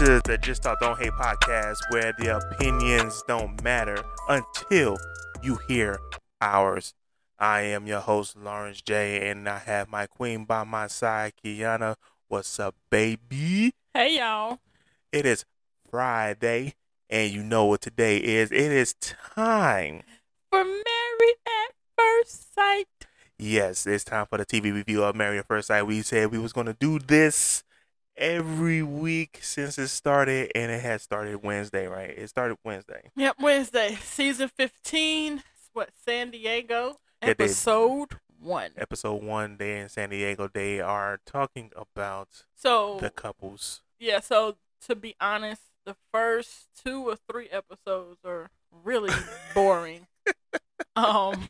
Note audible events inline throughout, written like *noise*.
is the Just Talk Don't Hate podcast where the opinions don't matter until you hear ours. I am your host, Lawrence J, and I have my queen by my side, Kiana. What's up, baby? Hey y'all. It is Friday, and you know what today is. It is time. For married at first sight. Yes, it's time for the TV review of Married at First Sight. We said we was gonna do this every week since it started, and it has started Wednesday, right? It started Wednesday. Yep, Wednesday, season 15. What, San Diego? Yeah, they- Episode 1. Episode one, they in San Diego. They are talking about So, the couples. yeah, so to be honest, the first two or three episodes are *laughs* really boring. um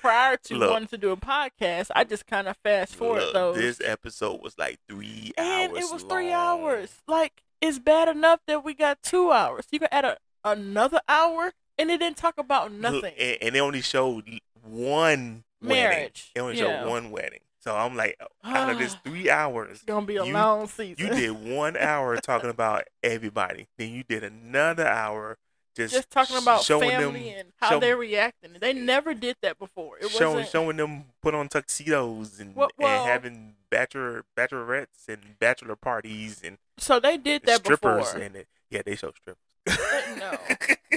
prior to Look. wanting to do a podcast, I just kind of fast forward Look, those. This episode was like three and hours. it was three long. hours. Like it's bad enough that we got two hours. You can add a, another hour, and it didn't talk about Look, nothing. *sighs* and, and they only showed one Wedding. Marriage. They only yeah. showed one wedding. So I'm like, out of *sighs* this three hours, it's gonna be a you- long season. you did one hour talking about everybody. Then you did another hour just, *laughs* just talking about showing family them, and how show- they're reacting. They never did that before. It showing wasn't. showing them put on tuxedos and, Well- well- and having bachelor bachelorettes and bachelor parties and so they did that strippers before. in it. Yeah, they showed strippers. *laughs* no.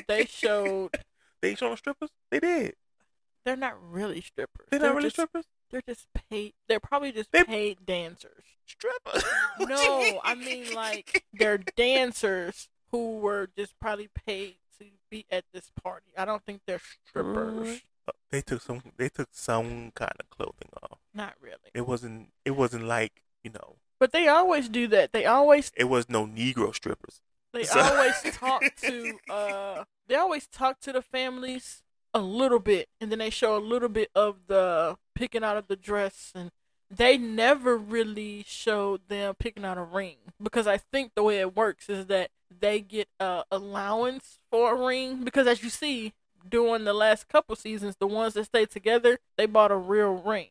they showed they showed strippers. They did. they're not really strippers. They're not really just, strippers. They're just paid. They're probably just They- paid dancers. Strippers. *laughs* What you No, I mean *laughs* like they're dancers who were just probably paid to be at this party. I don't think they're strippers. they took some. They took some kind of clothing off. Not really. It wasn't. It wasn't like you know. But they always do that. They always It was no Negro strippers. they So- always *laughs* talk to uh they always talk to the families a little bit and then they show a little bit of the picking out of the dress and they never really showed them picking out a ring because I think the way it works is that they get a allowance for a ring because as you see during the last couple seasons the ones that stayed together they bought a real ring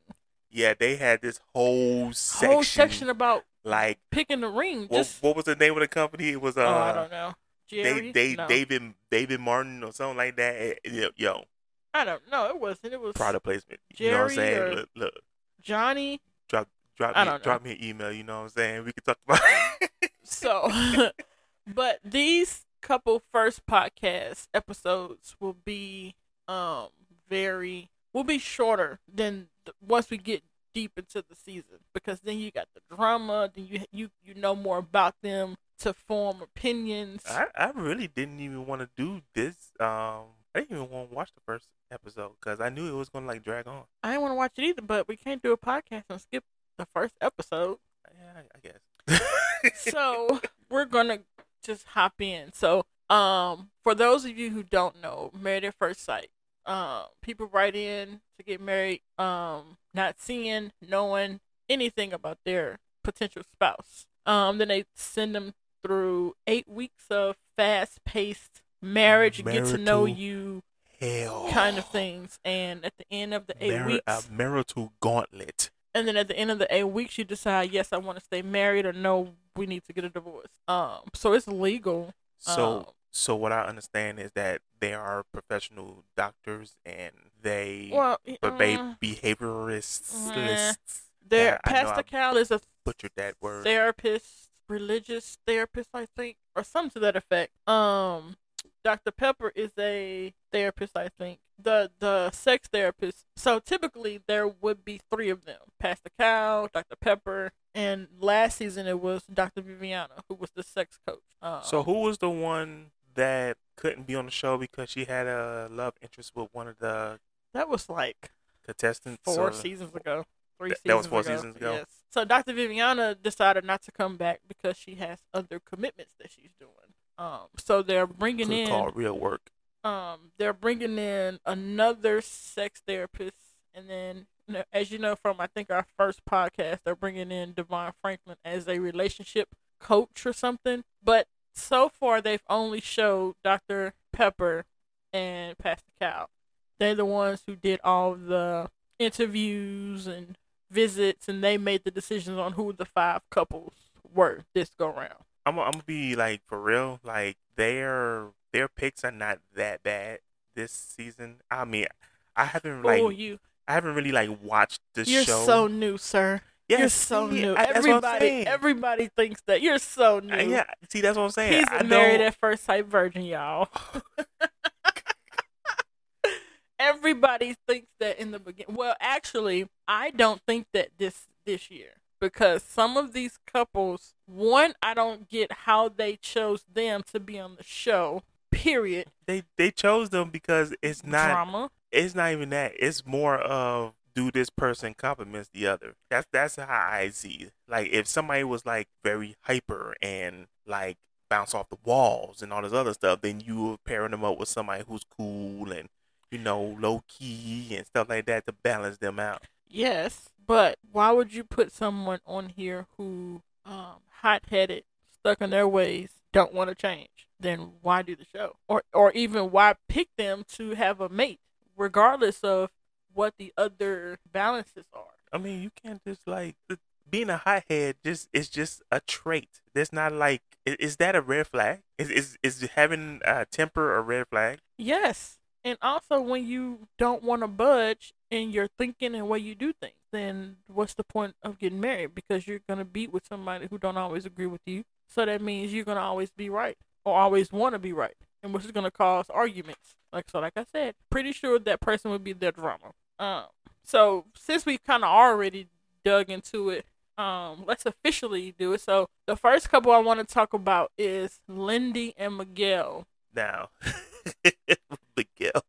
Yeah, they had this whole section. whole section about like picking the ring what, just what was the name of the company? It was uh. oh I don't know Jerry Dave, Dave, No. David, David Martin or something like that. Eh, eh, Yo, I don't know it wasn't it was product placement. You know what I'm Jerry saying? or- Look, look, Johnny. drop I me, don't know. drop me an email. You know what I'm saying? We can talk about. *laughs* *laughs* So, but these couple first podcast episodes will be um very will be shorter than the, once we get deep into the season because then you got the drama, then you you you know more about them to form opinions. I, I really didn't even want to do this. Um, I didn't even want to watch the first episode because I knew it was gonna like drag on. I didn't want to watch it either, but we can't do a podcast and skip the first episode. Yeah, I, I guess. so we're gonna just hop in. So, um, for those of you who don't know, married at first sight. Um, people write in to get married, um, not seeing, knowing anything about their potential spouse. Um, then they send them through eight weeks of fast paced marriage, get to Marital know Oh. you *laughs* Hell, kind of things. And at the end of the eight Mari- weeks, a marital gauntlet. and then at the end of the eight weeks you decide yes i want to stay married or no we need to get a divorce um so it's legal So, um, so what I understand is that they are professional doctors and they, well but they uh, behaviorists. uh, lists. there yeah, I know pastor I cal is a butchered that word. therapist religious therapist i think or something to that effect um dr pepper is a therapist i think the the sex therapist so typically there would be three of them pastor cal dr pepper and last season it was dr viviana who was the sex coach um, So who was the one that couldn't be on the show because she had a love interest with one of the That was like contestants? four or- seasons ago. Three uh, Th- seasons that was four ago. seasons ago? Yes. So Dr. Viviana decided not to come back because she has other commitments that she's doing. Um, so they're bringing Could in call real work. um, they're bringing in another sex therapist, and then you know, as you know from I think our first podcast, they're bringing in Devon Franklin as a relationship coach or something. But so far, they've only showed Dr. Pepper and Pastor Cal. They're the ones who did all the interviews and visits, and they made the decisions on who the five couples were this go round. I'm I'm gonna be like for real. Like their their picks are not that bad this season. I mean, I haven't like oh, you I haven't really like watched the you're show. so new, sir. yeah, you're so see, new. I- that's what I'm everybody, saying. everybody thinks that you're so new. Uh, yeah, see, that's what I'm saying. He's I married don't- at first sight virgin, *laughs* y'all. *laughs* Everybody thinks that in the beginning. Well, actually, I don't think that this this year because some of these couples, one, I don't get how they chose them to be on the show. Period. they they chose them because it's not Drama. it's not even that. It's more of do this person compliments the other. That's that's how I see. it. Like if somebody was like very hyper and like bounce off the walls and all this other stuff, then you were pairing them up with somebody who's cool and you know low key and stuff like that to balance them out. Yes, but why would you put someone on here who um hot headed, stuck in their ways, don't want to change? Then why do the show? Or or even why pick them to have a mate, regardless of what the other balances are. I mean, you can't just like th- being a hothead. Just it's just a trait. There's not like is, is that a red flag? Is is is having a temper a red flag? Yes. And also when you don't want to budge in your thinking and way you do things, then what's the point of getting married? Because you're gonna be with somebody who don't always agree with you. So that means you're gonna always be right or always wanna be right. And which is gonna cause arguments. Like so like I said, pretty sure that person would be their drama. Um so since we've kinda already dug into it, um, let's officially do it. So the first couple I wanna talk about is Lindy and Miguel. now. *laughs* Miguel.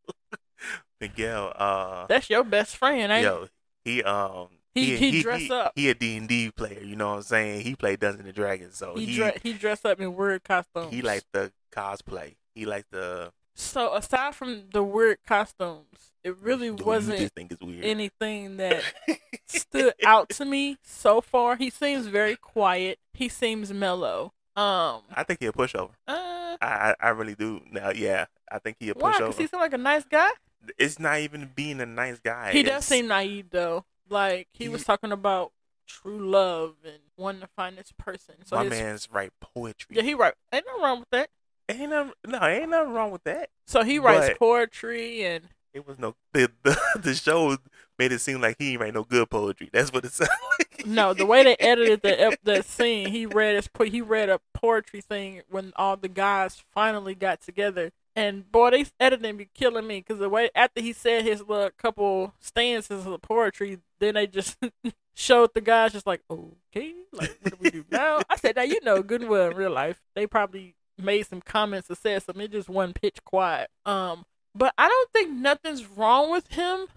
Miguel, uh That's your best friend, ain't it? yo, he um He- he dress up. He a D and D player, you know what I'm saying? He played Dungeons and Dragons, so he he dre- he dressed up in weird costumes. he likes the cosplay. He likes the so aside from the weird costumes, it really dude, wasn't You just think it's weird. *laughs* anything that stood out to me so far. He seems very quiet. He seems mellow. Um, I think he a pushover. uh, I, I I really do. Now, yeah, I think he a why? pushover. Cause he seems like a nice guy. It's not even being a nice guy. He does It's- seem naive though. Like he was He- talking about true love and wanting to find this person. So my his, man's write poetry. yeah, he right. Ain't no wrong with that. ain't nothing, no, ain't nothing wrong with that. So he writes But- poetry and It was no the the, *laughs* the show made it seem like he ain't write no good poetry. That's what it sounded like. *laughs* No, the way they edited the ep- that scene, he read his po- he read a poetry thing when all the guys finally got together. And boy, they editing be killing me because the way after he said his little couple stanzas of poetry, then they just *laughs* showed the guys just like, okay, like what do we do now? I said, now you know good and well in real life they probably made some comments or said something. It just went pitch quiet. Um, but I don't think nothing's wrong with him.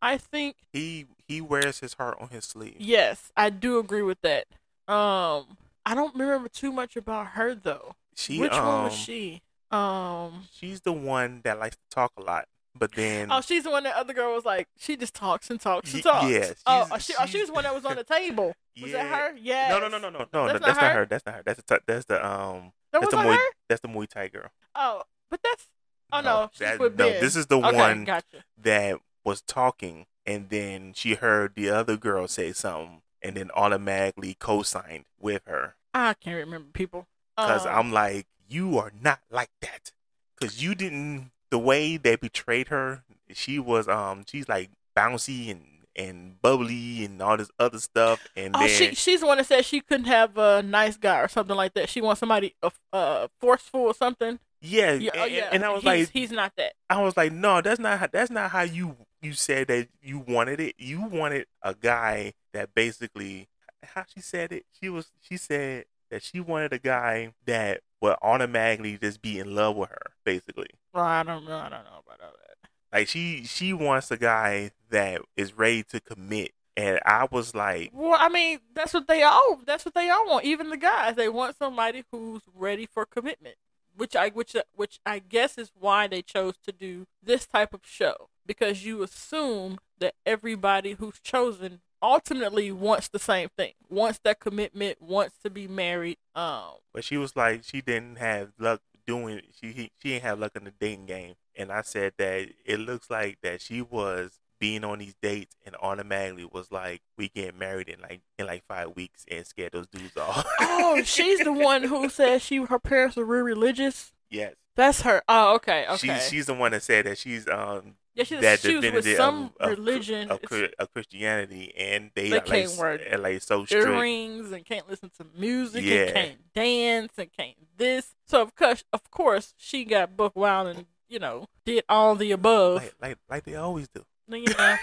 I think *laughs* he he wears his heart on his sleeve. Yes, I do agree with that. Um, I don't remember too much about her though. She Which um, one was she? Um, She's the one that likes to talk a lot, but then oh, she's the one that other girl was like, she just talks and talks Y- and talks. yeah, oh, she's- oh, she, oh, she she's- was the one that was on the table. Was that yeah. her? Yes. No, no, no, no, no, no. That's That's, not not, her? her. That's not her. That's the t- that's the um That that's was the not Muay her. that's the Muay Thai girl. Oh, but that's. Oh no, she's that- with no. Ben. This is the okay, one Gotcha. that was talking, and then she heard the other girl say something, and then automatically co-signed with her. I can't remember people. Because Um, I'm like, you are not like that. Because you didn't, the way they betrayed her, she was, um, she's like bouncy and, and bubbly and all this other stuff. And Oh, then, she, she's the one that said she couldn't have a nice guy or something like that. She wants somebody uh, uh forceful or something. yeah, Yeah, and, oh, yeah. and I was he's, like, he's not that. I was like, no, that's not how, that's not how you, you said that you wanted it. You wanted a guy that basically, how she said it, she was, she said that she wanted a guy that would automatically just be in love with her, basically. Well, I don't know. I don't know about all that. Like she she wants a guy that is ready to commit. And I was like, Well, I mean, that's what they all. That's what they all want. Even the guys, they want somebody who's ready for commitment. Which I, which, which I guess is why they chose to do this type of show because you assume that everybody who's chosen ultimately wants the same thing, wants that commitment, wants to be married. *laughs* Um, but she was like, she didn't have luck doing. She he, she didn't have luck in the dating game. And I said that it looks like that she was being on these dates and automatically was like, we get married in like in like five weeks and scared those dudes off. Oh, she's the one who said she her parents were real religious. *laughs* yes. That's her. Oh, okay, okay. She's she's the one that said that she's um yeah, she's, that she was with divinity some of- of- religion. of, It's Chri- of Christianity and they, They are like, can't s- wear are like so strict. earrings and can't listen to music Yeah. and can't dance and can't this. So of course, of course, she got book wild and you know did all the above. Like, like like they always do. you know.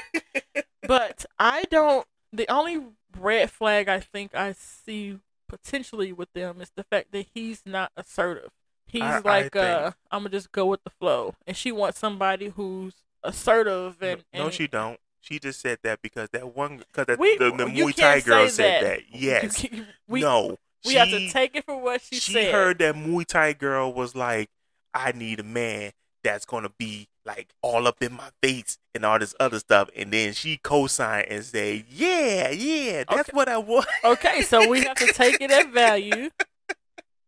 but I don't. The only red flag I think I see potentially with them is the fact that he's not assertive. He's I- I like, uh, think- I'm gonna just go with the flow, and she wants somebody who's assertive No- and, no, and she don't. She just said that because that one because the, We- the, the you Muay Thai can't girl say said that. *laughs* that. Yes. we no. we she, have to take it for what she, She said. heard that Muay Thai girl was like, I need a man that's gonna be like all up in my face and all this other stuff, and then she co-signed and said, Yeah, yeah, that's Okay. what I want. *laughs* *laughs* Okay, so we have to take it at value,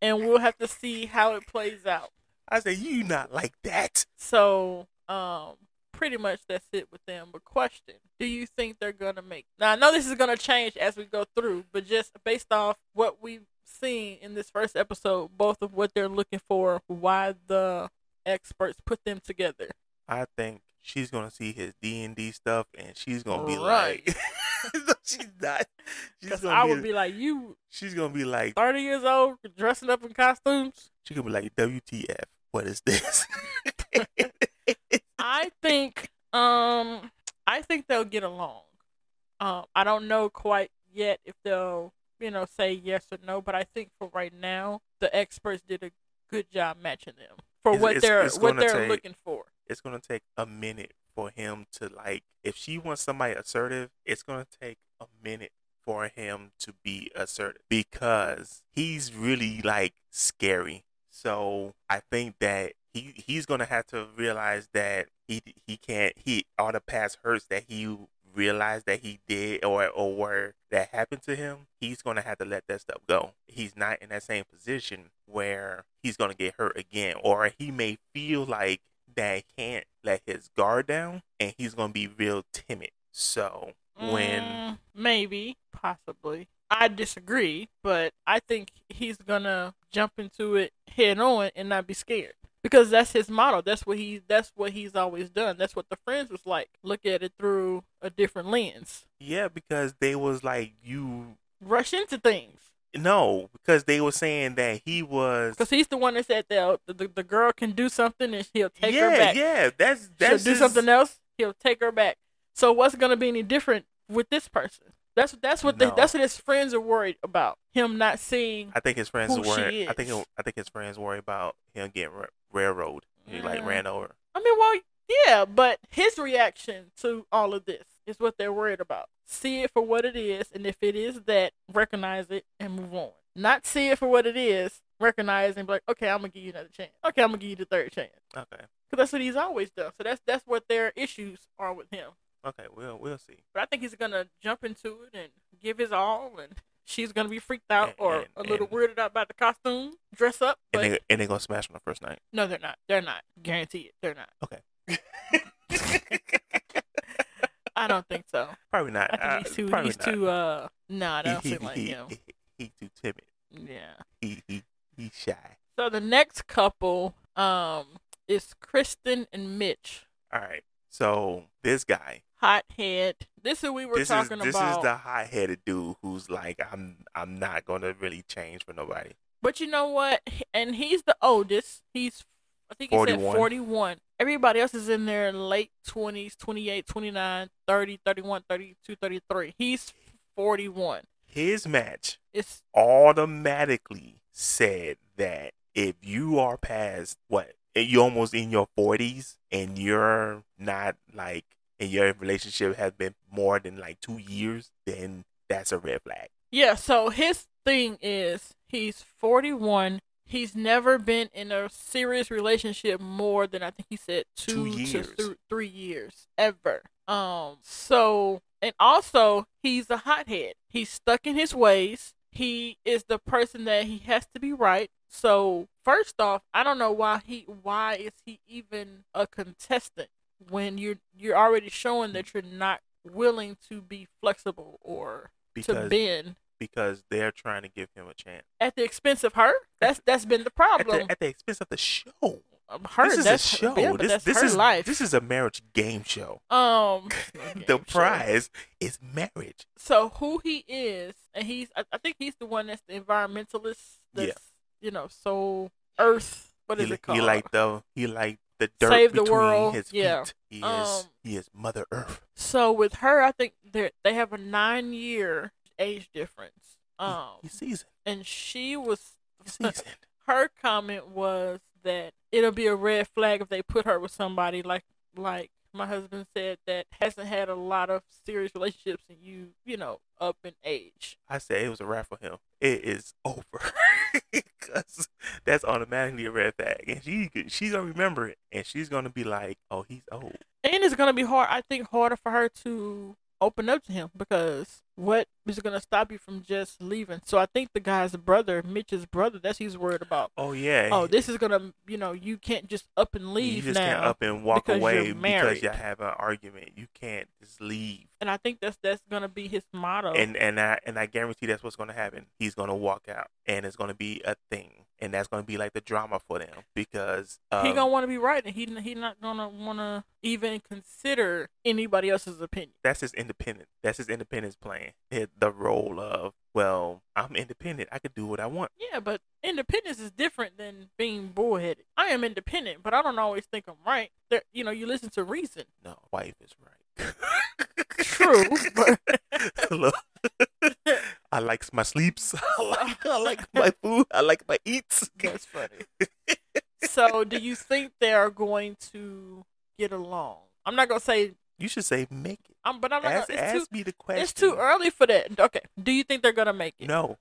and we'll have to see how it plays out. I said, You not like that. So, um, pretty much that's it with them. But question: Do you think they're gonna make? Now I know this is gonna change as we go through, but just based off what we've seen in this first episode, both of what they're looking for, why the experts put them together. I think she's gonna see his D and D stuff and she's gonna be Right. like *laughs* No, she's not. She's Because gonna I be, would be like, you she's gonna be like thirty years old dressing up in costumes. she's gonna be like WTF, what is this? *laughs* I think um I think they'll get along. Um I don't know quite yet if they'll, you know, say yes or no, but I think for right now the experts did a good job matching them for It's- what it's- they're it's what gonna they're take- looking for. it's gonna take a minute for him to like if she wants somebody assertive, it's gonna take a minute for him to be assertive because he's really like scary. So I think that he he's gonna have to realize that he he can't he all the past hurts that he realized that he did or or were that happened to him. He's gonna have to let that stuff go. He's not in that same position where he's gonna get hurt again, or he may feel like that he can't let his guard down, and he's gonna be real timid. So when Mm, maybe, possibly. I disagree, but I think he's gonna jump into it head on and not be scared. Because that's his model. That's what he that's what he's always done. That's what the friends was like. Look at it through a different lens. yeah, because they was like you Rush into things. no, because they were saying that he was Because he's the one that said that the, the, the girl can do something and he'll take yeah, her back. yeah, that's that's She'll do just- something else, he'll take her back. So what's gonna be any different with this person? That's that's what the, No. that's what his friends are worried about. Him not seeing I think his friends who were. she I think is. I think his friends worry about him getting ra- railroad. He like Mm. ran over. I mean, well, yeah, but his reaction to all of this is what they're worried about. See it for what it is, and if it is that, recognize it and move on. Not see it for what it is, recognize and be like, okay, I'm gonna give you another chance. Okay, I'm gonna give you the third chance, Okay, because that's what he's always done. So that's that's what their issues are with him. okay, we'll we'll see. But I think he's gonna jump into it and give his all, and she's gonna be freaked out or And- and- a little and- weirded out by the costume, dress up. But and they and they gonna smash on the first *laughs* night. no, they're not. They're not. Guarantee it. They're not. I don't think so. probably not. I think Uh, he's too. probably He's not. too. Uh, nah, I don't he, think like he, *laughs* him. he, he too timid. Yeah. He he he shy. So the next couple, um, is Kristen and Mitch, All right. So this guy, hothead. This is who we were this is talking this about. is the hot headed dude who's like, I'm I'm not gonna really change for nobody. But you know what? H- And he's the oldest. He's, I think he 41. said 41. Everybody else is in their late 20s, 28, 29, 30, 31, 32, 33. He's 41. His match It's automatically said that if you are past what you're almost in your 40s and you're not like and your relationship has been more than like two years, then that's a red flag. Yeah, so his thing is he's 41. He's never been in a serious relationship more than I think he said Two two, years. to th- three years ever. Um, so and also he's a hothead. He's stuck in his ways. He is the person that he has to be right. So first off, I don't know why he why is he even a contestant when you're you're already showing that Mm. you're not willing to be flexible or to because bend because they're trying to give him a chance at the expense of her. That's that's been the at problem. the, at the expense of the show. Um, her this is that's a show. Her, yeah, but this that's this her is life. this is a marriage game show. *laughs* um the game show. prize is marriage. so who he is, and he's I, I think he's the one that's the environmentalist. Yeah. That's, You know, so Earth. What is he, it li- called? he like the he like the dirt Save the between world, his yeah. feet. He is Um, he is Mother Earth. so with her, I think they they have a nine year age difference. He- Um, he, seasoned. and she was *laughs* He seasoned. her comment was that it'll be a red flag if they put her with somebody like like my husband said that hasn't had a lot of serious relationships and you you know up in age. I said it was a wrap for him. It is over. *laughs* Because that's automatically a red flag. And she she's gonna remember it and she's gonna be like, Oh, he's old. And it's gonna be hard. I think harder for her to open up to him because what is gonna stop you from just leaving? So I think the guy's brother, Mitch's brother, that's he's worried about. Oh yeah. Oh, this is gonna you know you can't just up and leave you just now. can't up and walk because you're away because married. you have an argument. You can't just leave. And I think that's that's gonna be his motto. And and I and I guarantee that's what's gonna happen. He's gonna walk out and it's gonna be a thing. And that's gonna be like the drama for them because um, he gonna want to be right, and he he not gonna want to even consider anybody else's opinion. that's his independent. That's his independence plan. It, the role of well, I'm independent. I could do what I want. Yeah, but independence is different than being bullheaded. I am independent, but I don't always think I'm right. There, you know, you listen to reason. No, wife is right. True, but *laughs* Look, I likes my sleeps. *laughs* I *laughs* like, I like my food. I like my eats. that's funny. *laughs* So, do you think they are going to get along? I'm not gonna say. You should say make it. I'm, but I'm not. Ask, gonna, it's ask too. me the question. It's too early for that. Okay. Do you think they're gonna make it? No.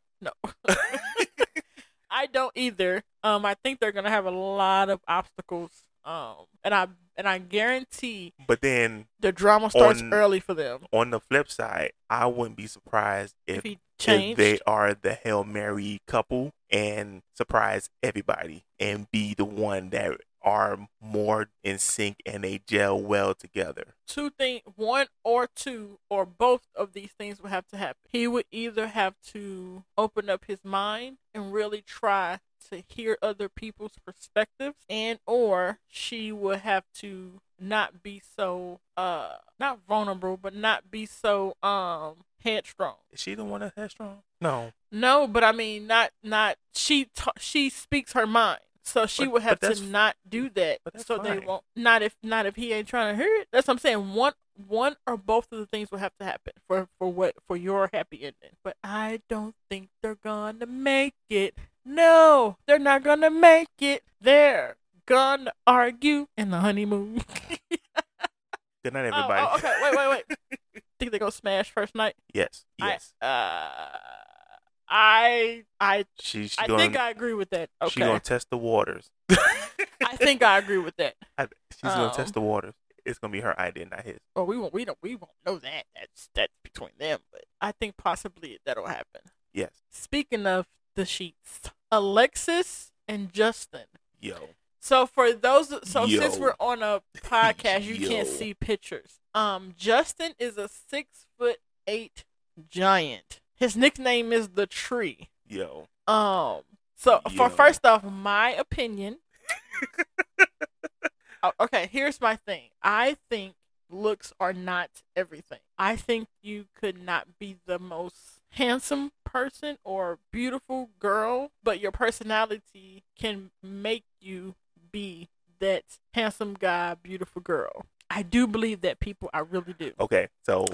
I don't either. Um, I think they're gonna have a lot of obstacles. Um, and I and I guarantee *laughs* But then the drama starts On- early for them. on the flip side, I wouldn't be surprised If, if, he if changed, they are the Hail Mary couple and surprise everybody and be the one that are more in sync and they gel well together. two things, one or two or both of these things would have to happen. He would either have to open up his mind and really try to hear other people's perspectives, and or she would have to not be so uh not vulnerable, but not be so um headstrong. Is she the one that's headstrong? No. No, but I mean, not not she ta- she speaks her mind, so she But- would have but to that's- not do that. but that's So they fine. won't. Not if not if he ain't trying to hear it. That's what I'm saying. One one or both of the things will have to happen for for what for your happy ending. But I don't think they're gonna make it. No, they're not gonna make it. They're gonna argue in the honeymoon. *laughs* Good night, Oh, everybody. oh, okay. Wait, wait, wait. think they go smash first night. *laughs* Yes. Yes. I, uh, I I she she I gonna, think I agree with that. she Okay. gonna test the waters. I think I agree with that. I- she's gonna Um. test the waters. It's gonna be her idea, not his. Well, we won't. We don't. We won't know that. That's that's between them. But I think possibly that'll happen. Yes. Speaking of the sheets, Alexis and Justin. Yo. So for those, so Yo. since we're on a podcast, you can't Yo. see pictures. Um, Justin is a six foot eight giant. His nickname is the tree. Yo. Um. So Yo. for first off, *laughs* my opinion. Oh, okay, here's my thing. I think looks are not everything. I think you could not be the most handsome person or beautiful girl, but your personality can make you be that handsome guy, beautiful girl. I do believe that people. I really do. Okay. So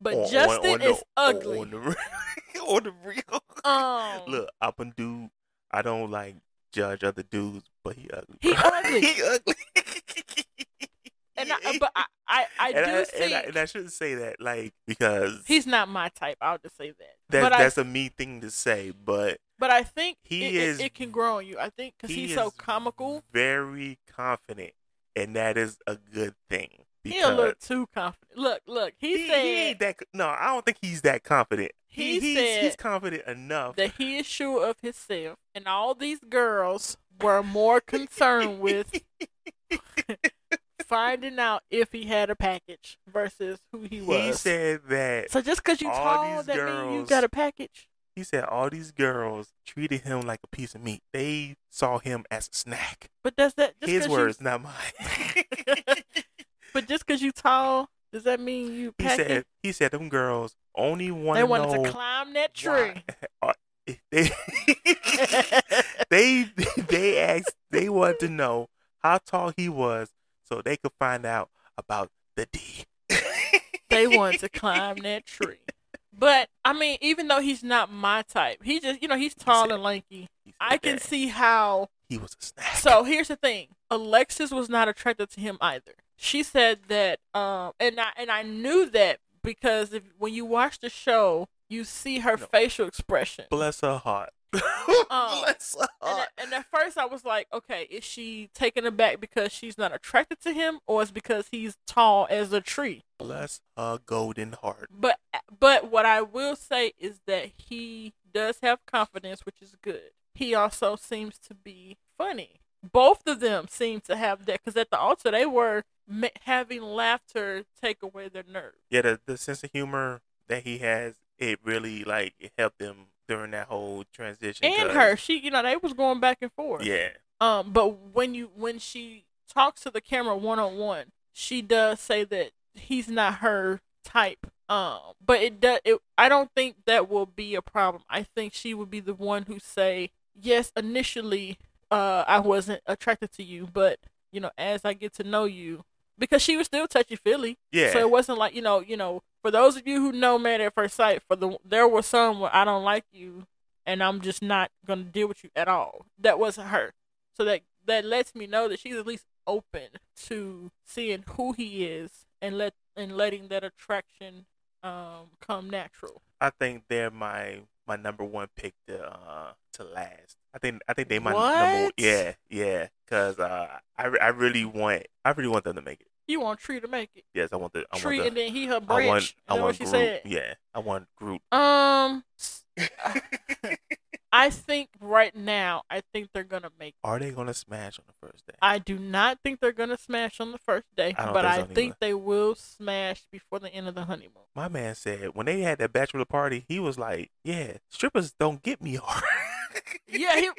But on- on- Justin on the- is ugly. On the, re- *laughs* on the real. um, Look, I'm a dude. I don't like judge other dudes, but he ugly. He bro. *laughs* ugly. he ugly. *laughs* *laughs* and I, but I, I, I do and I, think and I, and I shouldn't say that, like, because He's not my type. I'll just say that. that, but that's I, a mean thing to say, but but I think he he it, is- It, it can grow on you. I think because he he's so is comical. very confident, and that is a good thing. Because He a little too confident. Look, look. He, he, he said ain't that. c- No, I don't think he's that confident. He he's, said he's confident enough. that he is sure of himself, *laughs* and all these girls were more concerned with finding out if he had a package versus who he was. He said that so just because you all tall, these that means you girls- got a package. he said all these girls treated him like a piece of meat. They saw him as a snack. But does that just His 'cause you- words, not *laughs* mine. but just because you tall, does that mean you he package? said he said them girls only want they to wanted know to climb that why- *laughs* uh, tree. they they *laughs* they asked they wanted to know how tall he was so they could find out about the D. *laughs* they want to climb that tree. But I mean, even though he's not my type, he just you know he's tall and lanky. He said I can that see how. he was a snack. So here's the thing: Alexis was not attracted to him either. She said that, um, and I and I knew that because if when you watch the show, you see her No. facial expression. bless her heart. *laughs* bless her Oh. And heart. at, and at first, I was like, okay, is she taken aback because she's not attracted to him, or it's because he's tall as a tree? Bless her golden heart. But but what I will say is that he does have confidence, which is good. He also seems to be funny. Both of them seem to have that because at the altar they were ma- having laughter take away their nerves. Yeah, the, the sense of humor that he has, it really like it helped him during that whole transition. And 'cause- her, she, you know, they was going back and forth. Yeah. Um, but when you when she talks to the camera one on one, she does say that he's not her type. Um, but it does. It, I don't think that will be a problem. I think she would be the one who say yes initially. Uh, I wasn't attracted to you, but you know, as I get to know you, because she was still touchy feely. Yeah. So it wasn't like you know, you know. For those of you who know Man at First Sight, for the there were some where I don't like you, and I'm just not gonna deal with you at all. That wasn't her. So that that lets me know that she's at least open to seeing who he is and let and letting that attraction um come natural. I think they're my my number one pick to uh to last. I think I think they my number What? yeah yeah because uh I, re- I really want I really want them to make it. You want Tree to make it. Yes, I want the I Tree want and the, then he her I branch. want I Is that want what she Groot. said? Yeah, I want *laughs* Groot. Um I think right now I think they're gonna make Are they gonna smash on the first day? I do not think they're gonna smash on the first day, I don't but think I so think either. they will smash before the end of the honeymoon. my man said when they had that bachelor party, he was like, "Yeah, strippers don't get me hard." Yeah, he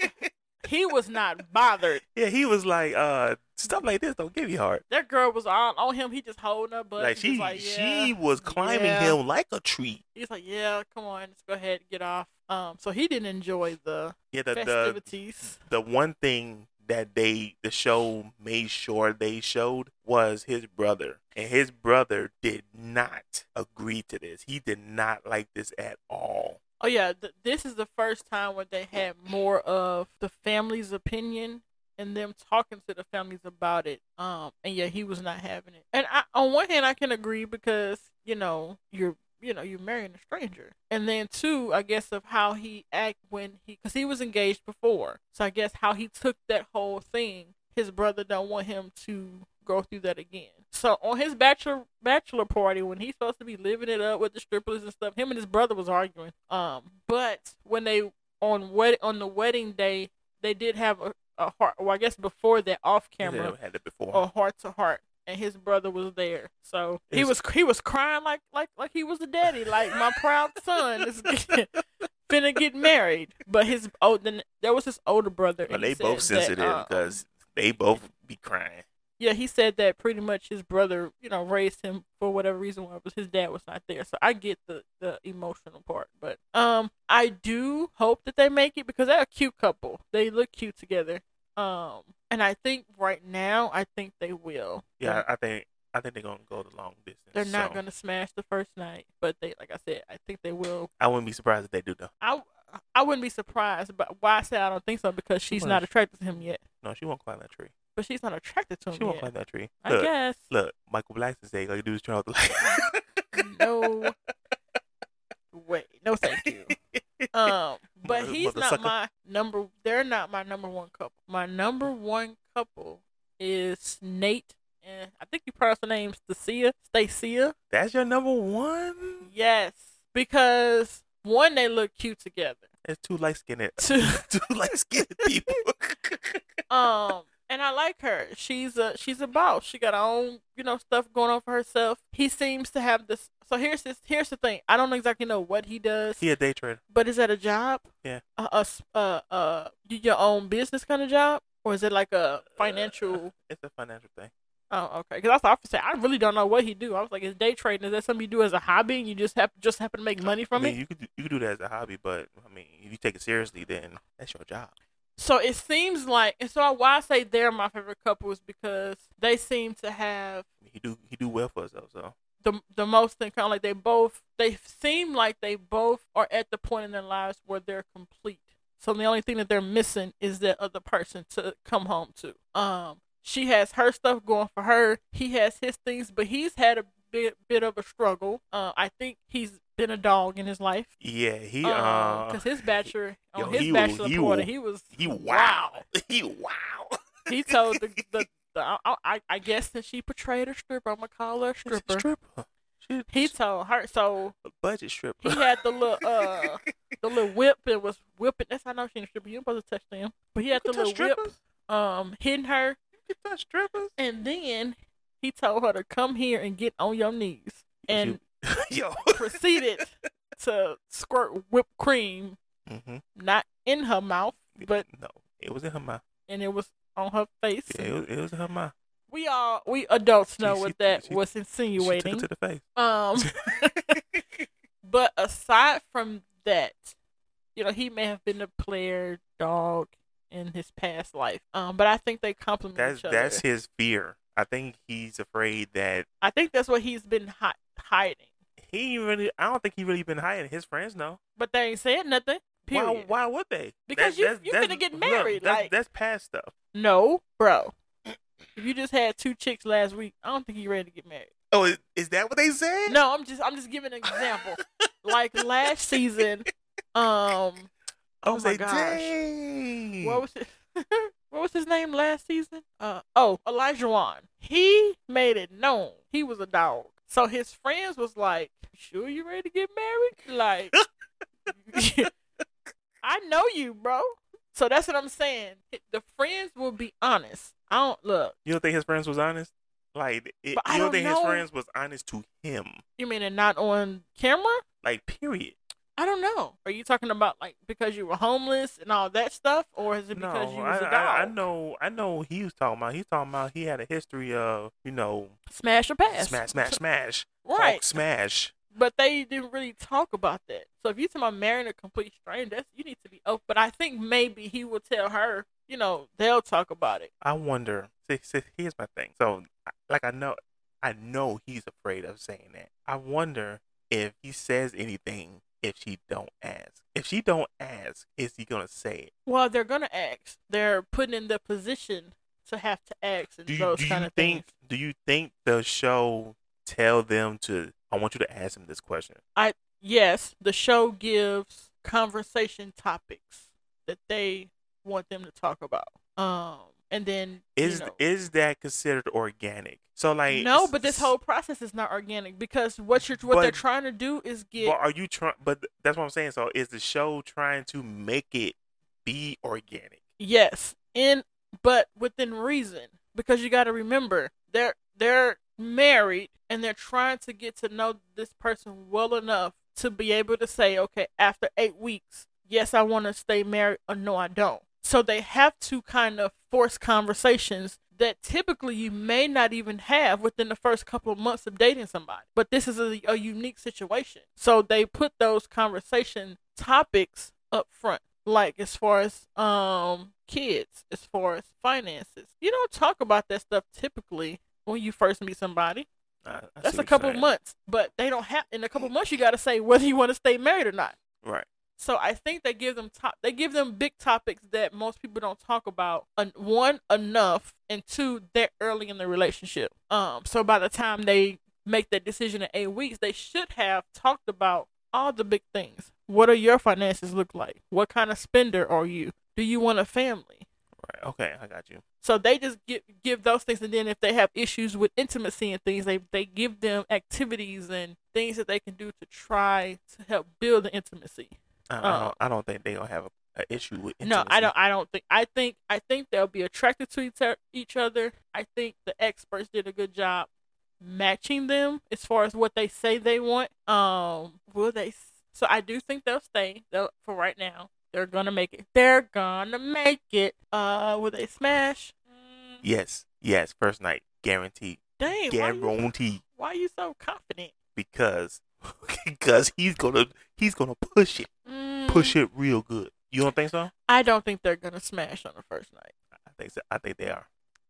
he was not bothered. *laughs* yeah, he was like, "Uh, stuff like this don't get me hard." That girl was on on him. He just holding her butt. like He she just like, yeah. she was climbing yeah. him like a tree. He's like, yeah, come on, let's go ahead, get off. Um, so he didn't enjoy the Yeah, the, the festivities. the one thing that they the show made sure they showed was his brother and his brother did not agree to this he did not like this at all Oh yeah, th- this is the first time where they had more of the family's opinion and them talking to the families about it. Um, and yeah, he was not having it. And I, on one hand, I can agree because you know you're you know you're marrying a stranger, and then two, I guess of how he act when he because he was engaged before, so I guess how he took that whole thing. His brother don't want him to go through that again. So on his bachelor bachelor party, when he's supposed to be living it up with the strippers and stuff, him and his brother was arguing. Um, but when they on wed on the wedding day, they did have a, a heart. Well, I guess before that, off He said camera, Oh, they had it before a heart to heart, and his brother was there. So he was It's- he was crying like like like he was the daddy, like my proud son is *laughs* finna get married. But his oh then there was his older brother. but and they he both said that, sensitive um, because they both be crying yeah, he said that pretty much his brother, you know, raised him for whatever reason why was his dad was not there. So I get the the emotional part, but um, I do hope that they make it because they're a cute couple. They look cute together. Um, and I think right now, I think they will. yeah i think i think they're gonna go the long distance They're not so gonna smash the first night, but they, like I said, I think they will. i wouldn't be surprised if they do though I, I wouldn't be surprised, but why I say I don't think so because she's not Well, attracted to him yet. no she won't climb that tree But she's not attracted to him she won't yet. climb that tree Oh, I look guess. look michael blackson said all you do is turn off the light *laughs* *laughs* no way. No, *laughs* thank you. Um, but Mother- he's mother not sucker. my number. They're not my number one couple. My number one couple is Nate and I think you pronounce the name Stacia. Stacia. that's your number one Yes, because one they look cute together. *laughs* It's *laughs* two light skinned Two, two light skinned people. um, and I like her. She's a she's a boss. She got her own you know stuff going on for herself. He seems to have this. So here's this here's the thing. I don't exactly know what he does, He a day trader. but is that a job? Yeah. A, a s- a- a- you- your own business kind of job, or is it like a financial? It's a financial thing. uh, Oh, okay. Because that's what I was saying. I really don't know what he do. I was like, is day trading is that something you do as a hobby and you just have just happen to make money I from it? mean, you could do- you could do that as a hobby, but I mean, if you take it seriously, then that's your job. So it seems like, and so why I say they're my favorite couple is because they seem to have I mean, he do he do well for himself. So the the most thing kind of like they both they seem like they both are at the point in their lives where they're complete. So the only thing that they're missing is that other person to come home to. Um, she has her stuff going for her. He has his things, but he's had a bit bit of a struggle. Uh, I think he's been a dog in his life. yeah, Oh, he uh, because his bachelor yo, on his he was- bachelor he party, was- he was he wow, *laughs* he wow. he told the *laughs* the, the I, I I guess that she portrayed a stripper. I'm gonna call her a She's a stripper. stripper. She's He told her so a budget he stripper. had the little *laughs* uh the little whip and was whipping. That's how I know she's a stripper. You ain't supposed to touch them, but he had the You can touch little whip strippers. um hitting her, You can touch strippers. and then he told her to come here and get on your knees, and *laughs* Yo. proceeded to squirt whipped cream hmm not in her mouth, but no, it was in her mouth. and it was on her face. Yeah, it was, it was in her mouth. We all we adults know She- what she- that she- was She took it insinuating. to the face. Um, *laughs* but aside from that, you know, he may have been a player dog in his past life. Um, but I think they complement That's each other. that's his fear. I think he's afraid that I think that's what he's been hi- hiding. he ain't really. I don't think he really been hiding. His friends know. But they ain't said nothing. Period. Why? Why would they? Because you- you finna get look, married, that's, like- that's past stuff. No, bro. If you just had two chicks last week, I don't think you ready to get married. Oh, is, is that what they said? No, I'm just I'm just giving *laughs* an example. like last season, um, Oh, my my gosh. Dang. what was it? *laughs* what was his name last season? Uh oh, Elijah Wan. He made it known he was a dog. So his friends was like, "Sure, you ready to get married?" Like, *laughs* I know you, bro. So that's what I'm saying. The friends will be honest. I don't look. you don't think his friends was honest? Like, it, But I you don't think know. his friends was honest to him? You mean it not on camera? Like, period. I don't know. Are you talking about like because you were homeless and all that stuff, or is it because no, you was I- a dog? I, I know, I know. He was talking about. He was talking about. He had a history of, you know, Smash or pass. smash, smash, smash, Right. Hulk smash. but they didn't really talk about that. So if you're talking about marrying a complete stranger, that's, you need to be open. But I think maybe he will tell her, you know, they'll talk about it. I wonder. See, see, here's my thing. So, I- like, I know, I know he's afraid of saying that. I wonder if he says anything if she don't ask. If she don't ask, is he gonna say it? Well, they're gonna ask. They're putting in the position to have to ask and Do you, those do you kind of think? things. Do you think the show tell them to? I want you to ask him this question. Yes, the show gives conversation topics that they want them to talk about. Um, and then you Is know. is that considered organic? So like no, but this s- whole process is not organic because what you're what But- they're trying to do is get But are you trying? But th- that's what I'm saying. So is the show trying to make it be organic? Yes, in but within reason, because you got to remember they're they're married and they're trying to get to know this person well enough to be able to say, okay, after eight weeks, yes, I want to stay married, or no, I don't. So they have to kind of force conversations that typically you may not even have within the first couple of months of dating somebody. But this is a, a unique situation, so they put those conversation topics up front like as far as um kids, as far as finances. You don't talk about that stuff typically when you first meet somebody. I- I see what That's a you're couple saying. months, but they don't have in a couple months you got to say whether you want to stay married or not. right? So I think they give them top they give them big topics that most people don't talk about. And one enough and two they're early in the relationship. Um so by the time they make that decision in 8 weeks, they should have talked about all the big things. What do your finances look like? What kind of spender are you? Do you want a family? Right. Okay, I got you. So they just give give those things, and then if they have issues with intimacy and things, they they give them activities and things that they can do to try to help build the intimacy. I, I Uh, don't. I don't think they gonna have a an issue with No, I intimacy. don't. I don't think. I think. I think they'll be attracted to each, o- each other. I think the experts did a good job matching them as far as what they say they want. Um, will they? s- So I do think they'll stay. They'll, for right now, they're gonna make it. They're gonna make it. Uh, will they smash? Mm, Yes, yes, first night guaranteed, Dang. Why you, guaranteed why you so confident? because *laughs* because he's gonna he's gonna push it, Mm, push it real good. You don't think so? I don't think they're gonna smash on the first night. I think so. I think they are.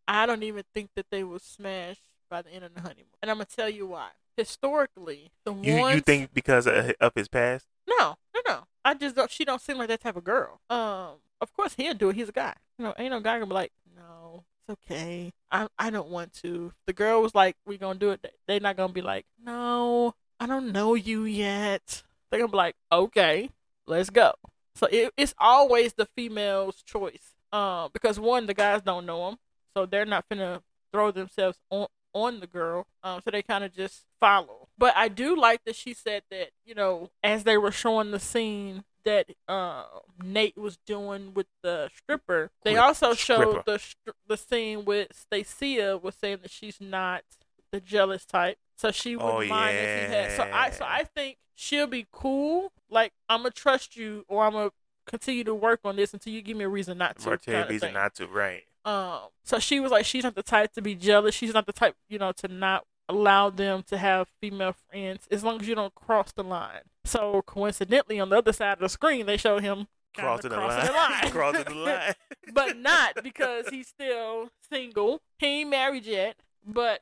I don't even think that they will smash by the end of the honeymoon. And I'm gonna tell you why. Historically, the You ones you think because of, of his past? no, no, no. I just don't. She don't seem like that type of girl. Um, of course he'll do it. He's a guy. You know, ain't no guy gonna be like, no, it's okay. I I don't want to. If the girl was like, we gonna do it. they- They not gonna be like, no, I don't know you yet. They're gonna be like, okay, let's go. So it, it's always the female's choice. Um, because one, the guys don't know them, so they're not finna throw themselves on on the girl. Um, so they kind of just follow. But I do like that she said that you know as they were showing the scene that uh, Nate was doing with the stripper, they Strip- also stripper. showed the str- the scene with Stacia was saying that she's not the jealous type. So she wouldn't Oh, mind if he had. So I so yeah. I think she'll be cool. Like I'm gonna trust you, or I'm gonna continue to work on this until you give me a reason not to. Martell kinda reason thing. not to, right? Um, so she was like, she's not the type to be jealous. She's not the type, you know, to not allow them to have female friends as long as you don't cross the line. So coincidentally, on the other side of the screen, they show him kinda Crossing the crossing line. *laughs* the line. Crossing *laughs* the line. but not because *laughs* he's still single. He ain't married yet. But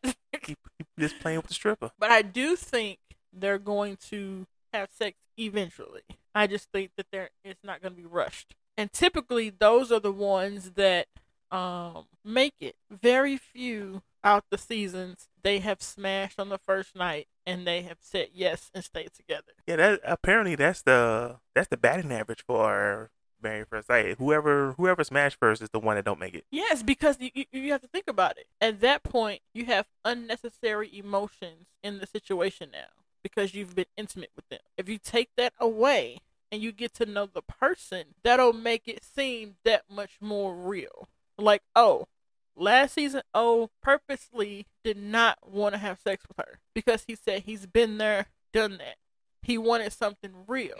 just playing with the stripper. but I do think they're going to have sex eventually. I just think that they're it's not going to be rushed. And typically, those are the ones that um, make it. Very few out the seasons they have smashed on the first night and they have said yes and stayed together. Yeah, that apparently that's the that's the batting average for Mary First Sight. Whoever whoever smash first is the one that don't make it. Yes, because you, you- you have to think about it. At that point, you have unnecessary emotions in the situation now because you've been intimate with them. If you take that away and you get to know the person, that'll make it seem that much more real. Like, oh, last season, oh, purposely did not want to have sex with her because he said he's been there, done that. He wanted something real.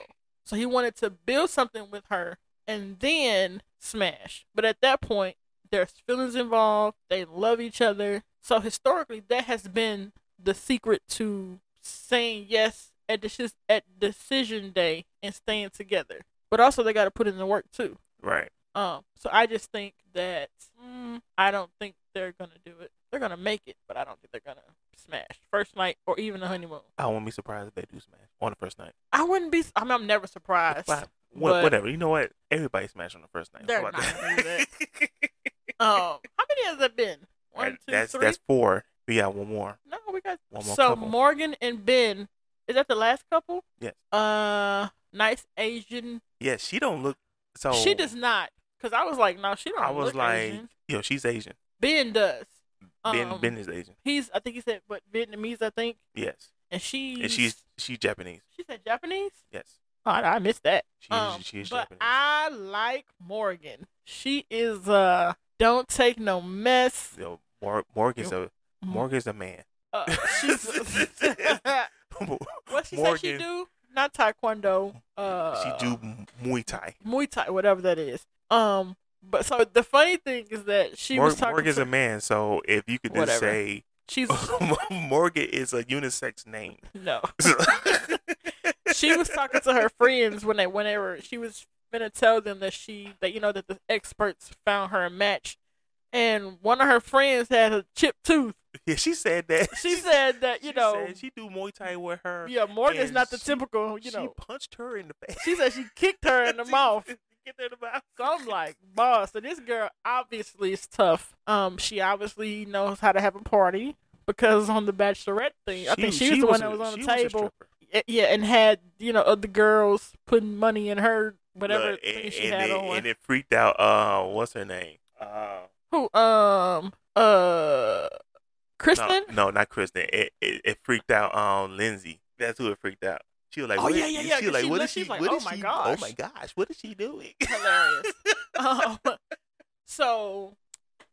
So he wanted to build something with her and then smash. But at that point, there's feelings involved. They love each other. So historically, that has been the secret to saying yes at deci- at decision day and staying together. But also, they got to put in the work too. Right. Um, so I just think that mm, I don't think they're gonna do it. They're gonna make it, but I don't think they're gonna smash first night or even a honeymoon. I won't be surprised if they do smash on the first night. I wouldn't be. s- I mean, I'm never surprised. Wha- but- whatever. You know what? Everybody smash on the first night. They're How about not that? gonna *laughs* Um, how many has it been? One, two, Right, that's three? that's four. We got one more. No, we got One more so couple. Morgan and Ben. Is that the last couple? Yes. Uh, nice Asian. Yeah, she don't look so. she does not, cause I was like, no, she don't. I was look like, Asian. yo, she's Asian. Ben does. Ben Um, Ben is Asian. He's, I think he said, what Vietnamese, I think, Yes, and she. and she's she's Japanese. She said Japanese. Yes, Oh, I, I missed that. she is, Um, she is but Japanese. I like Morgan. She is uh, don't take no mess. Yo, Mor- Morgan's a Mm-hmm. Morgan's a man. Uh, *laughs* she's. *laughs* what she said she Morgan, do? Not taekwondo. Uh, she do m- Muay Thai. Muay Thai, whatever that is. Um, but so the funny thing is that she Mor- was talking. Morgan's to- a man, so if you could just Whatever. say *laughs* *laughs* she's Morgan is a unisex name. *laughs* *laughs* no. She was talking to her friends when they whenever she was gonna tell them that she that you know that the experts found her a match, and one of her friends had a chipped tooth. yeah, she said that. *laughs* She said that you she know, said she do Muay Thai with her. yeah, Morgan's and not the she- typical. You know, she punched her in the face. *laughs* she said she kicked her in the mouth. Get her in the mouth. So I'm like, boss, so this girl obviously is tough. Um, she obviously knows how to have a party because on the bachelorette thing, I think she, was the one that was on the table. Y- yeah, and had you know other girls putting money in her whatever Look, thing and, she and had it, on. and it freaked out. Uh, what's her name? Uh, Who? Um. Uh. Kristen. no, no, not Kristen. It, it it freaked out. Um, Lindsay. That's who it freaked out. She was like, Oh, what- yeah, yeah, yeah, She 'cause was like, she what look- is she? she's like, what oh is my she- Oh gosh. my gosh, what is she doing? *laughs* *laughs* hilarious. um, so,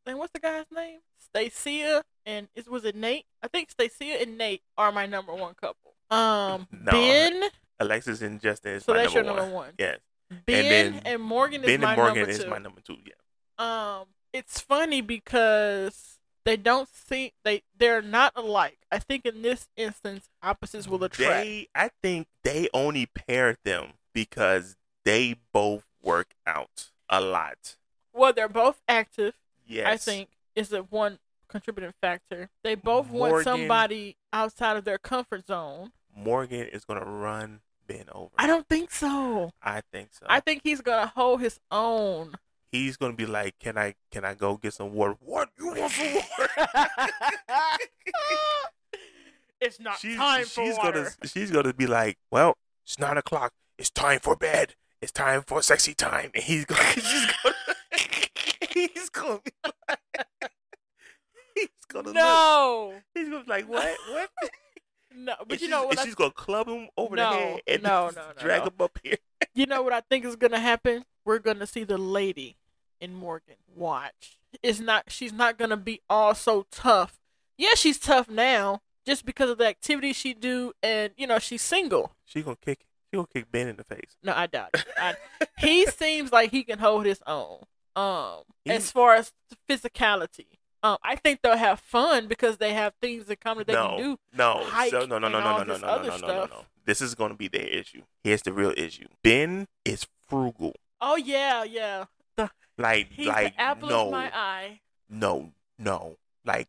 and what's the guy's name? Stacia and is was it Nate? I think Stacia and Nate are my number one couple. Um, *laughs* No, Ben. Alexis and Justin is So my that's number your number one. one. Yes, Ben and, then Morgan is Ben my and Morgan number is two. my number two. Yeah, um, it's funny because they don't see they they're not alike. I think in this instance, opposites will attract. they. I think they only paired them because they both work out a lot. well, they're both active. Yes, I think is a one contributing factor. They both Morgan- want somebody outside of their comfort zone. Morgan is gonna run Ben over. I don't think so. I think so. I think he's gonna hold his own. *laughs* *laughs* He's gonna be like, "Can I? Can I go get some water? What you want some water?" it's not she's, time for she's water. gonna she's gonna be like, well, it's nine o'clock. It's time for bed. It's time for sexy time. And he's gonna *laughs* she's gonna he's gonna be like, *laughs* he's gonna look. No, He's gonna be like, what *laughs* what? no. And But you she's- know what? and I, she's gonna club him over No, the head and no, no, no, drag no. him up here. you know what I think is gonna happen. We're gonna see the lady in Morgan. Watch. It's not. She's not gonna be all so tough. Yeah, she's tough now, just because of the activities she do, and you know she's single. She gonna kick she gonna kick Ben in the face. No, I doubt it. I, *laughs* he seems like he can hold his own. Um, as He- far as physicality, um, I think they'll have fun because they have things in common that they no, can do. no, hike so, no, no, no, and no, all no, no, no, this no, other no, no, no, stuff. no. This is gonna be their issue. Here's the real issue. Ben is frugal. Oh yeah, yeah. Like, He's like the apple no, of my eye. no, no, like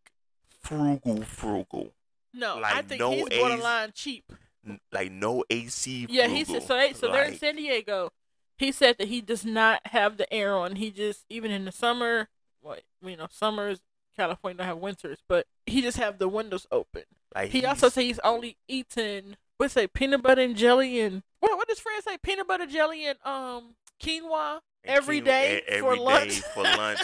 frugal, frugal, No, I Like, think no he's A's. borderline cheap. N- like no AC. Frugal. Yeah, he said so. They, so they're in Like, San Diego. He said that he does not have the air on. He just even in the summer, well, you know, summers California don't have winters, but he just have the windows open. like, He also he's- said he's only eaten what's say peanut butter and jelly and what what does Fran say peanut butter jelly and um quinoa and every Keanu- day e- for every lunch. day for lunch,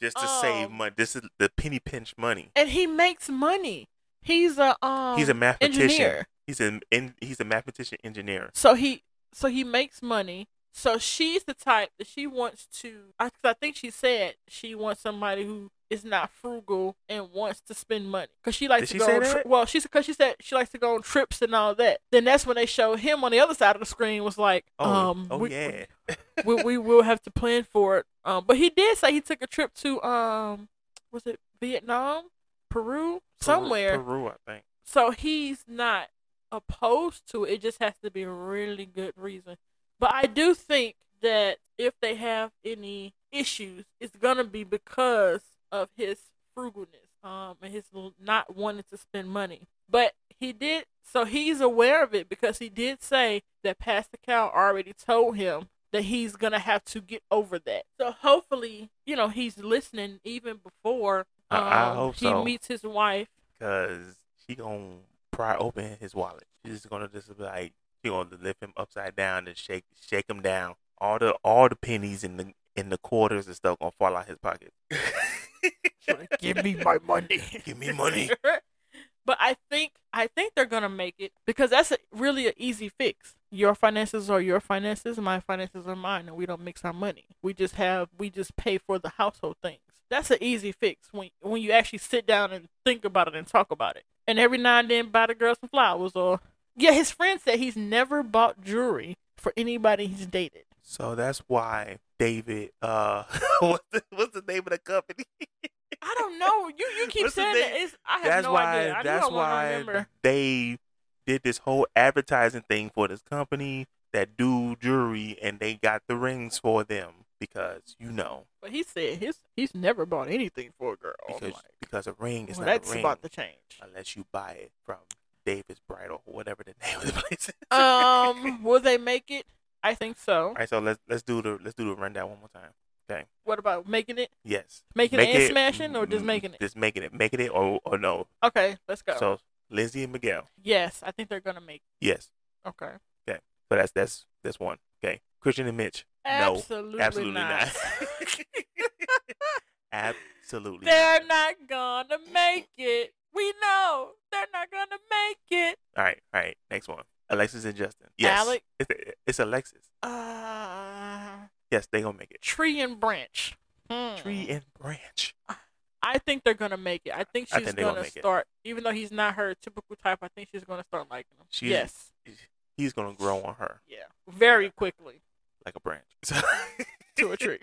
just to save Um, money. This is the penny pinch money. *laughs* and he makes money. He's a um He's a mathematician. engineer, He's an en- he's a mathematician engineer. so he so he makes money. So she's the type that she wants to. I, 'cause I think she said she wants somebody who is not frugal and wants to spend money because she Did likes to she go. say on tri- that? well, she's because she said she likes to go on trips and all that. Then that's when they showed him on the other side of the screen was like, Oh, um, oh we- yeah. *laughs* we, we will have to plan for it. Um, but he did say he took a trip to um, was it Vietnam, Peru, somewhere. Peru, Peru, I think. So he's not opposed to it. It just has to be a really good reason. But I do think that if they have any issues, it's gonna be because of his frugalness, um, and his l- not wanting to spend money. But he did, so he's aware of it because he did say that Pastor Cal already told him that he's gonna have to get over that. So hopefully, you know, he's listening even before I- um, I hope he so. meets his wife. Cause she gonna pry open his wallet. She's just gonna just be like she gonna lift him upside down and shake shake him down. All the all the pennies in the in the quarters and stuff gonna fall out his *laughs* pocket. give me my money. *laughs* Give me money. *laughs* but I think I think they're gonna make it because that's a, really an easy fix. Your finances are your finances, my finances are mine, and we don't mix our money. We just have we just pay for the household things. That's an easy fix when when you actually sit down and think about it and talk about it. And every now and then buy the girl some flowers or yeah. His friend said he's never bought jewelry for anybody he's dated. So that's why David, uh, *laughs* what's the, what's the name of the company? I don't know. You you keep What's the saying name? that. It's, I have that's no why. idea. I knew I that's wasn't gonna why remember. they did this whole advertising thing for this company that do jewelry, and they got the rings for them because you know But he said his he's never bought anything for a girl. because Like, because a ring is well, not that's a ring about to change. *laughs* unless you buy it from Davis Bridal or whatever the *laughs* name of the place. Is. um, will they make it? I think so. All right, so let's let's do the let's do the rundown one more time. What about making it? Yes, Making it Make and smashing, or just mm, making it? Just making it, making it, or or no. Okay, let's go. So Lindsay and Miguel. yes, I think they're gonna make. Yes. it. Okay. So that's that's that's one. Okay. Christian and Mitch. Absolutely, no. Absolutely not. not. *laughs* absolutely. *laughs* they're not. not gonna make it. We know they're not gonna make it. All right. All right. Next one. Alexis and Justin. Yes. Alec? It's, it's Alexis. Uh, Yes, they gonna make it. tree and branch. Hmm. Tree and branch. I think they're gonna make it. I think I she's think they gonna gonna make it. start, even though he's not her typical type. I think she's gonna start liking him. She's- yes, He's gonna grow on her yeah, very quickly like a branch. to a *laughs* tree.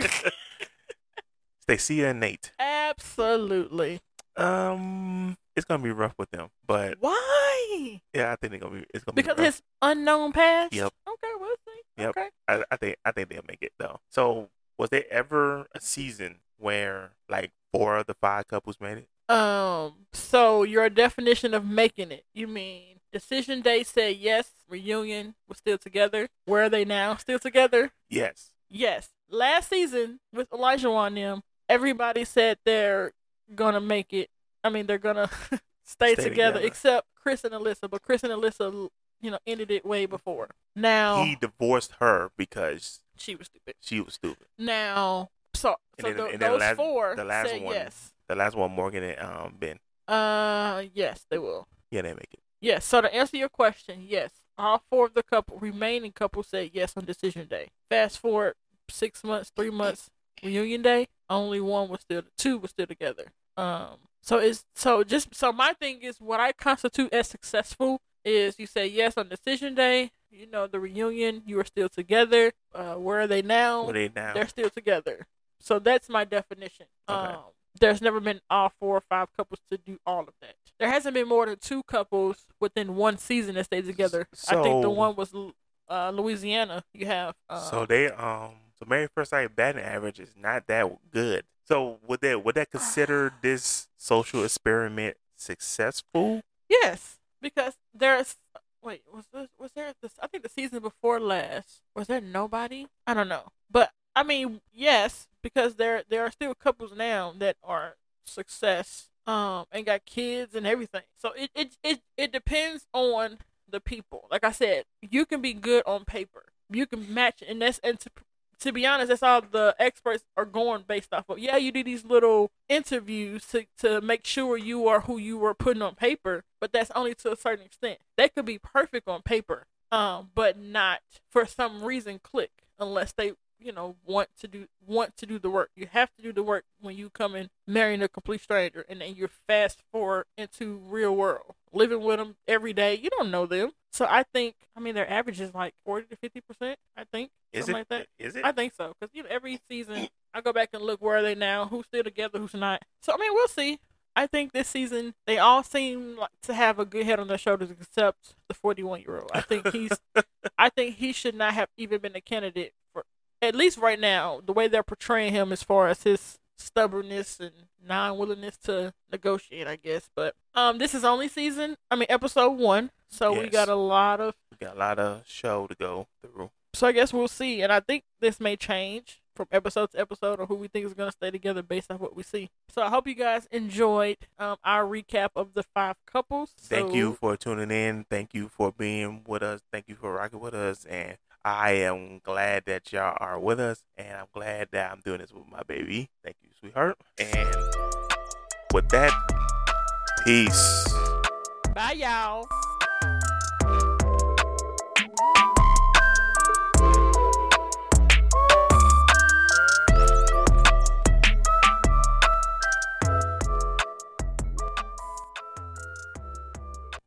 Stacey and Nate. Absolutely. Um, it's gonna be rough with them, but Why? yeah, I think they're gonna be. It's gonna Because be rough. his unknown past. Yep. Okay, we'll see. Yep. Okay. I, I think I think they'll make it though. So, was there ever a season where like four of the five couples made it? Um, so your definition of making it, you mean decision day said yes, reunion, we're still together. Where are they now? Still together? Yes. Yes. Last season with Elijah on them, everybody said they're gonna make it. I mean, they're gonna *laughs* stay, Stay together, together. except Chris and Alyssa, but Chris and Alyssa, you know, ended it way before. Now He divorced her because she was stupid. she was stupid. Now, so, so And then- tho- and then those last- four the last said one. yes. The last one, Morgan and um Ben. Uh, yes, they will. Yeah, they make it. Yes. So to answer your question, yes, all four of the couple remaining couples said yes on decision day. Fast forward six months, three months, reunion day. Only one was still, two was still together. Um. So it's so just so my thing is what I constitute as successful is you say yes on decision day. You know the reunion. You are still together. Uh, where are they now? What they now? They're still together. So that's my definition. Okay. Um, there's never been all four or five couples to do all of that. There hasn't been more than two couples within one season that stayed together. I think the so- one was Lu- uh, Louisiana. You have uh, so they um so Mary First Sight batting average is not that good. So would that would that consider *sighs* this social experiment successful? yes, because there's wait was this, was there this? I think the season before last was there nobody? I don't know, but I mean yes, because there there are still couples now that are success um and got kids and everything so it it it, it depends on the people like i said you can be good on paper you can match and that's and to, to be honest that's all the experts are going based off of yeah you do these little interviews to, to make sure you are who you were putting on paper but that's only to a certain extent they could be perfect on paper um but not for some reason click unless they you know want to do want to do the work you have to do the work when you come in marrying a complete stranger and then you're fast forward into real world living with them every day you don't know them so i think i mean their average is like 40 to 50 percent i think Is something it? like that Is it? i think so because you know every season i go back and look where are they now who's still together who's not so i mean we'll see i think this season they all seem like to have a good head on their shoulders except the 41 year old i think *laughs* he's I think he should not have even been a candidate for at least right now, the way they're portraying him as far as his stubbornness and non willingness to negotiate, I guess. But um this is only season I mean episode one. So we Yes. got a lot of we got a lot of show to go through. so I guess we'll see. And I think this may change from episode to episode or who we think is going to stay together based on what we see. So I hope you guys enjoyed um, our recap of the five couples. Thank So- you for tuning in. Thank you for being with us. Thank you for rocking with us. And I am glad that y'all are with us. And I'm glad that I'm doing this with my baby. Thank you, sweetheart. And with that, peace. Bye, y'all.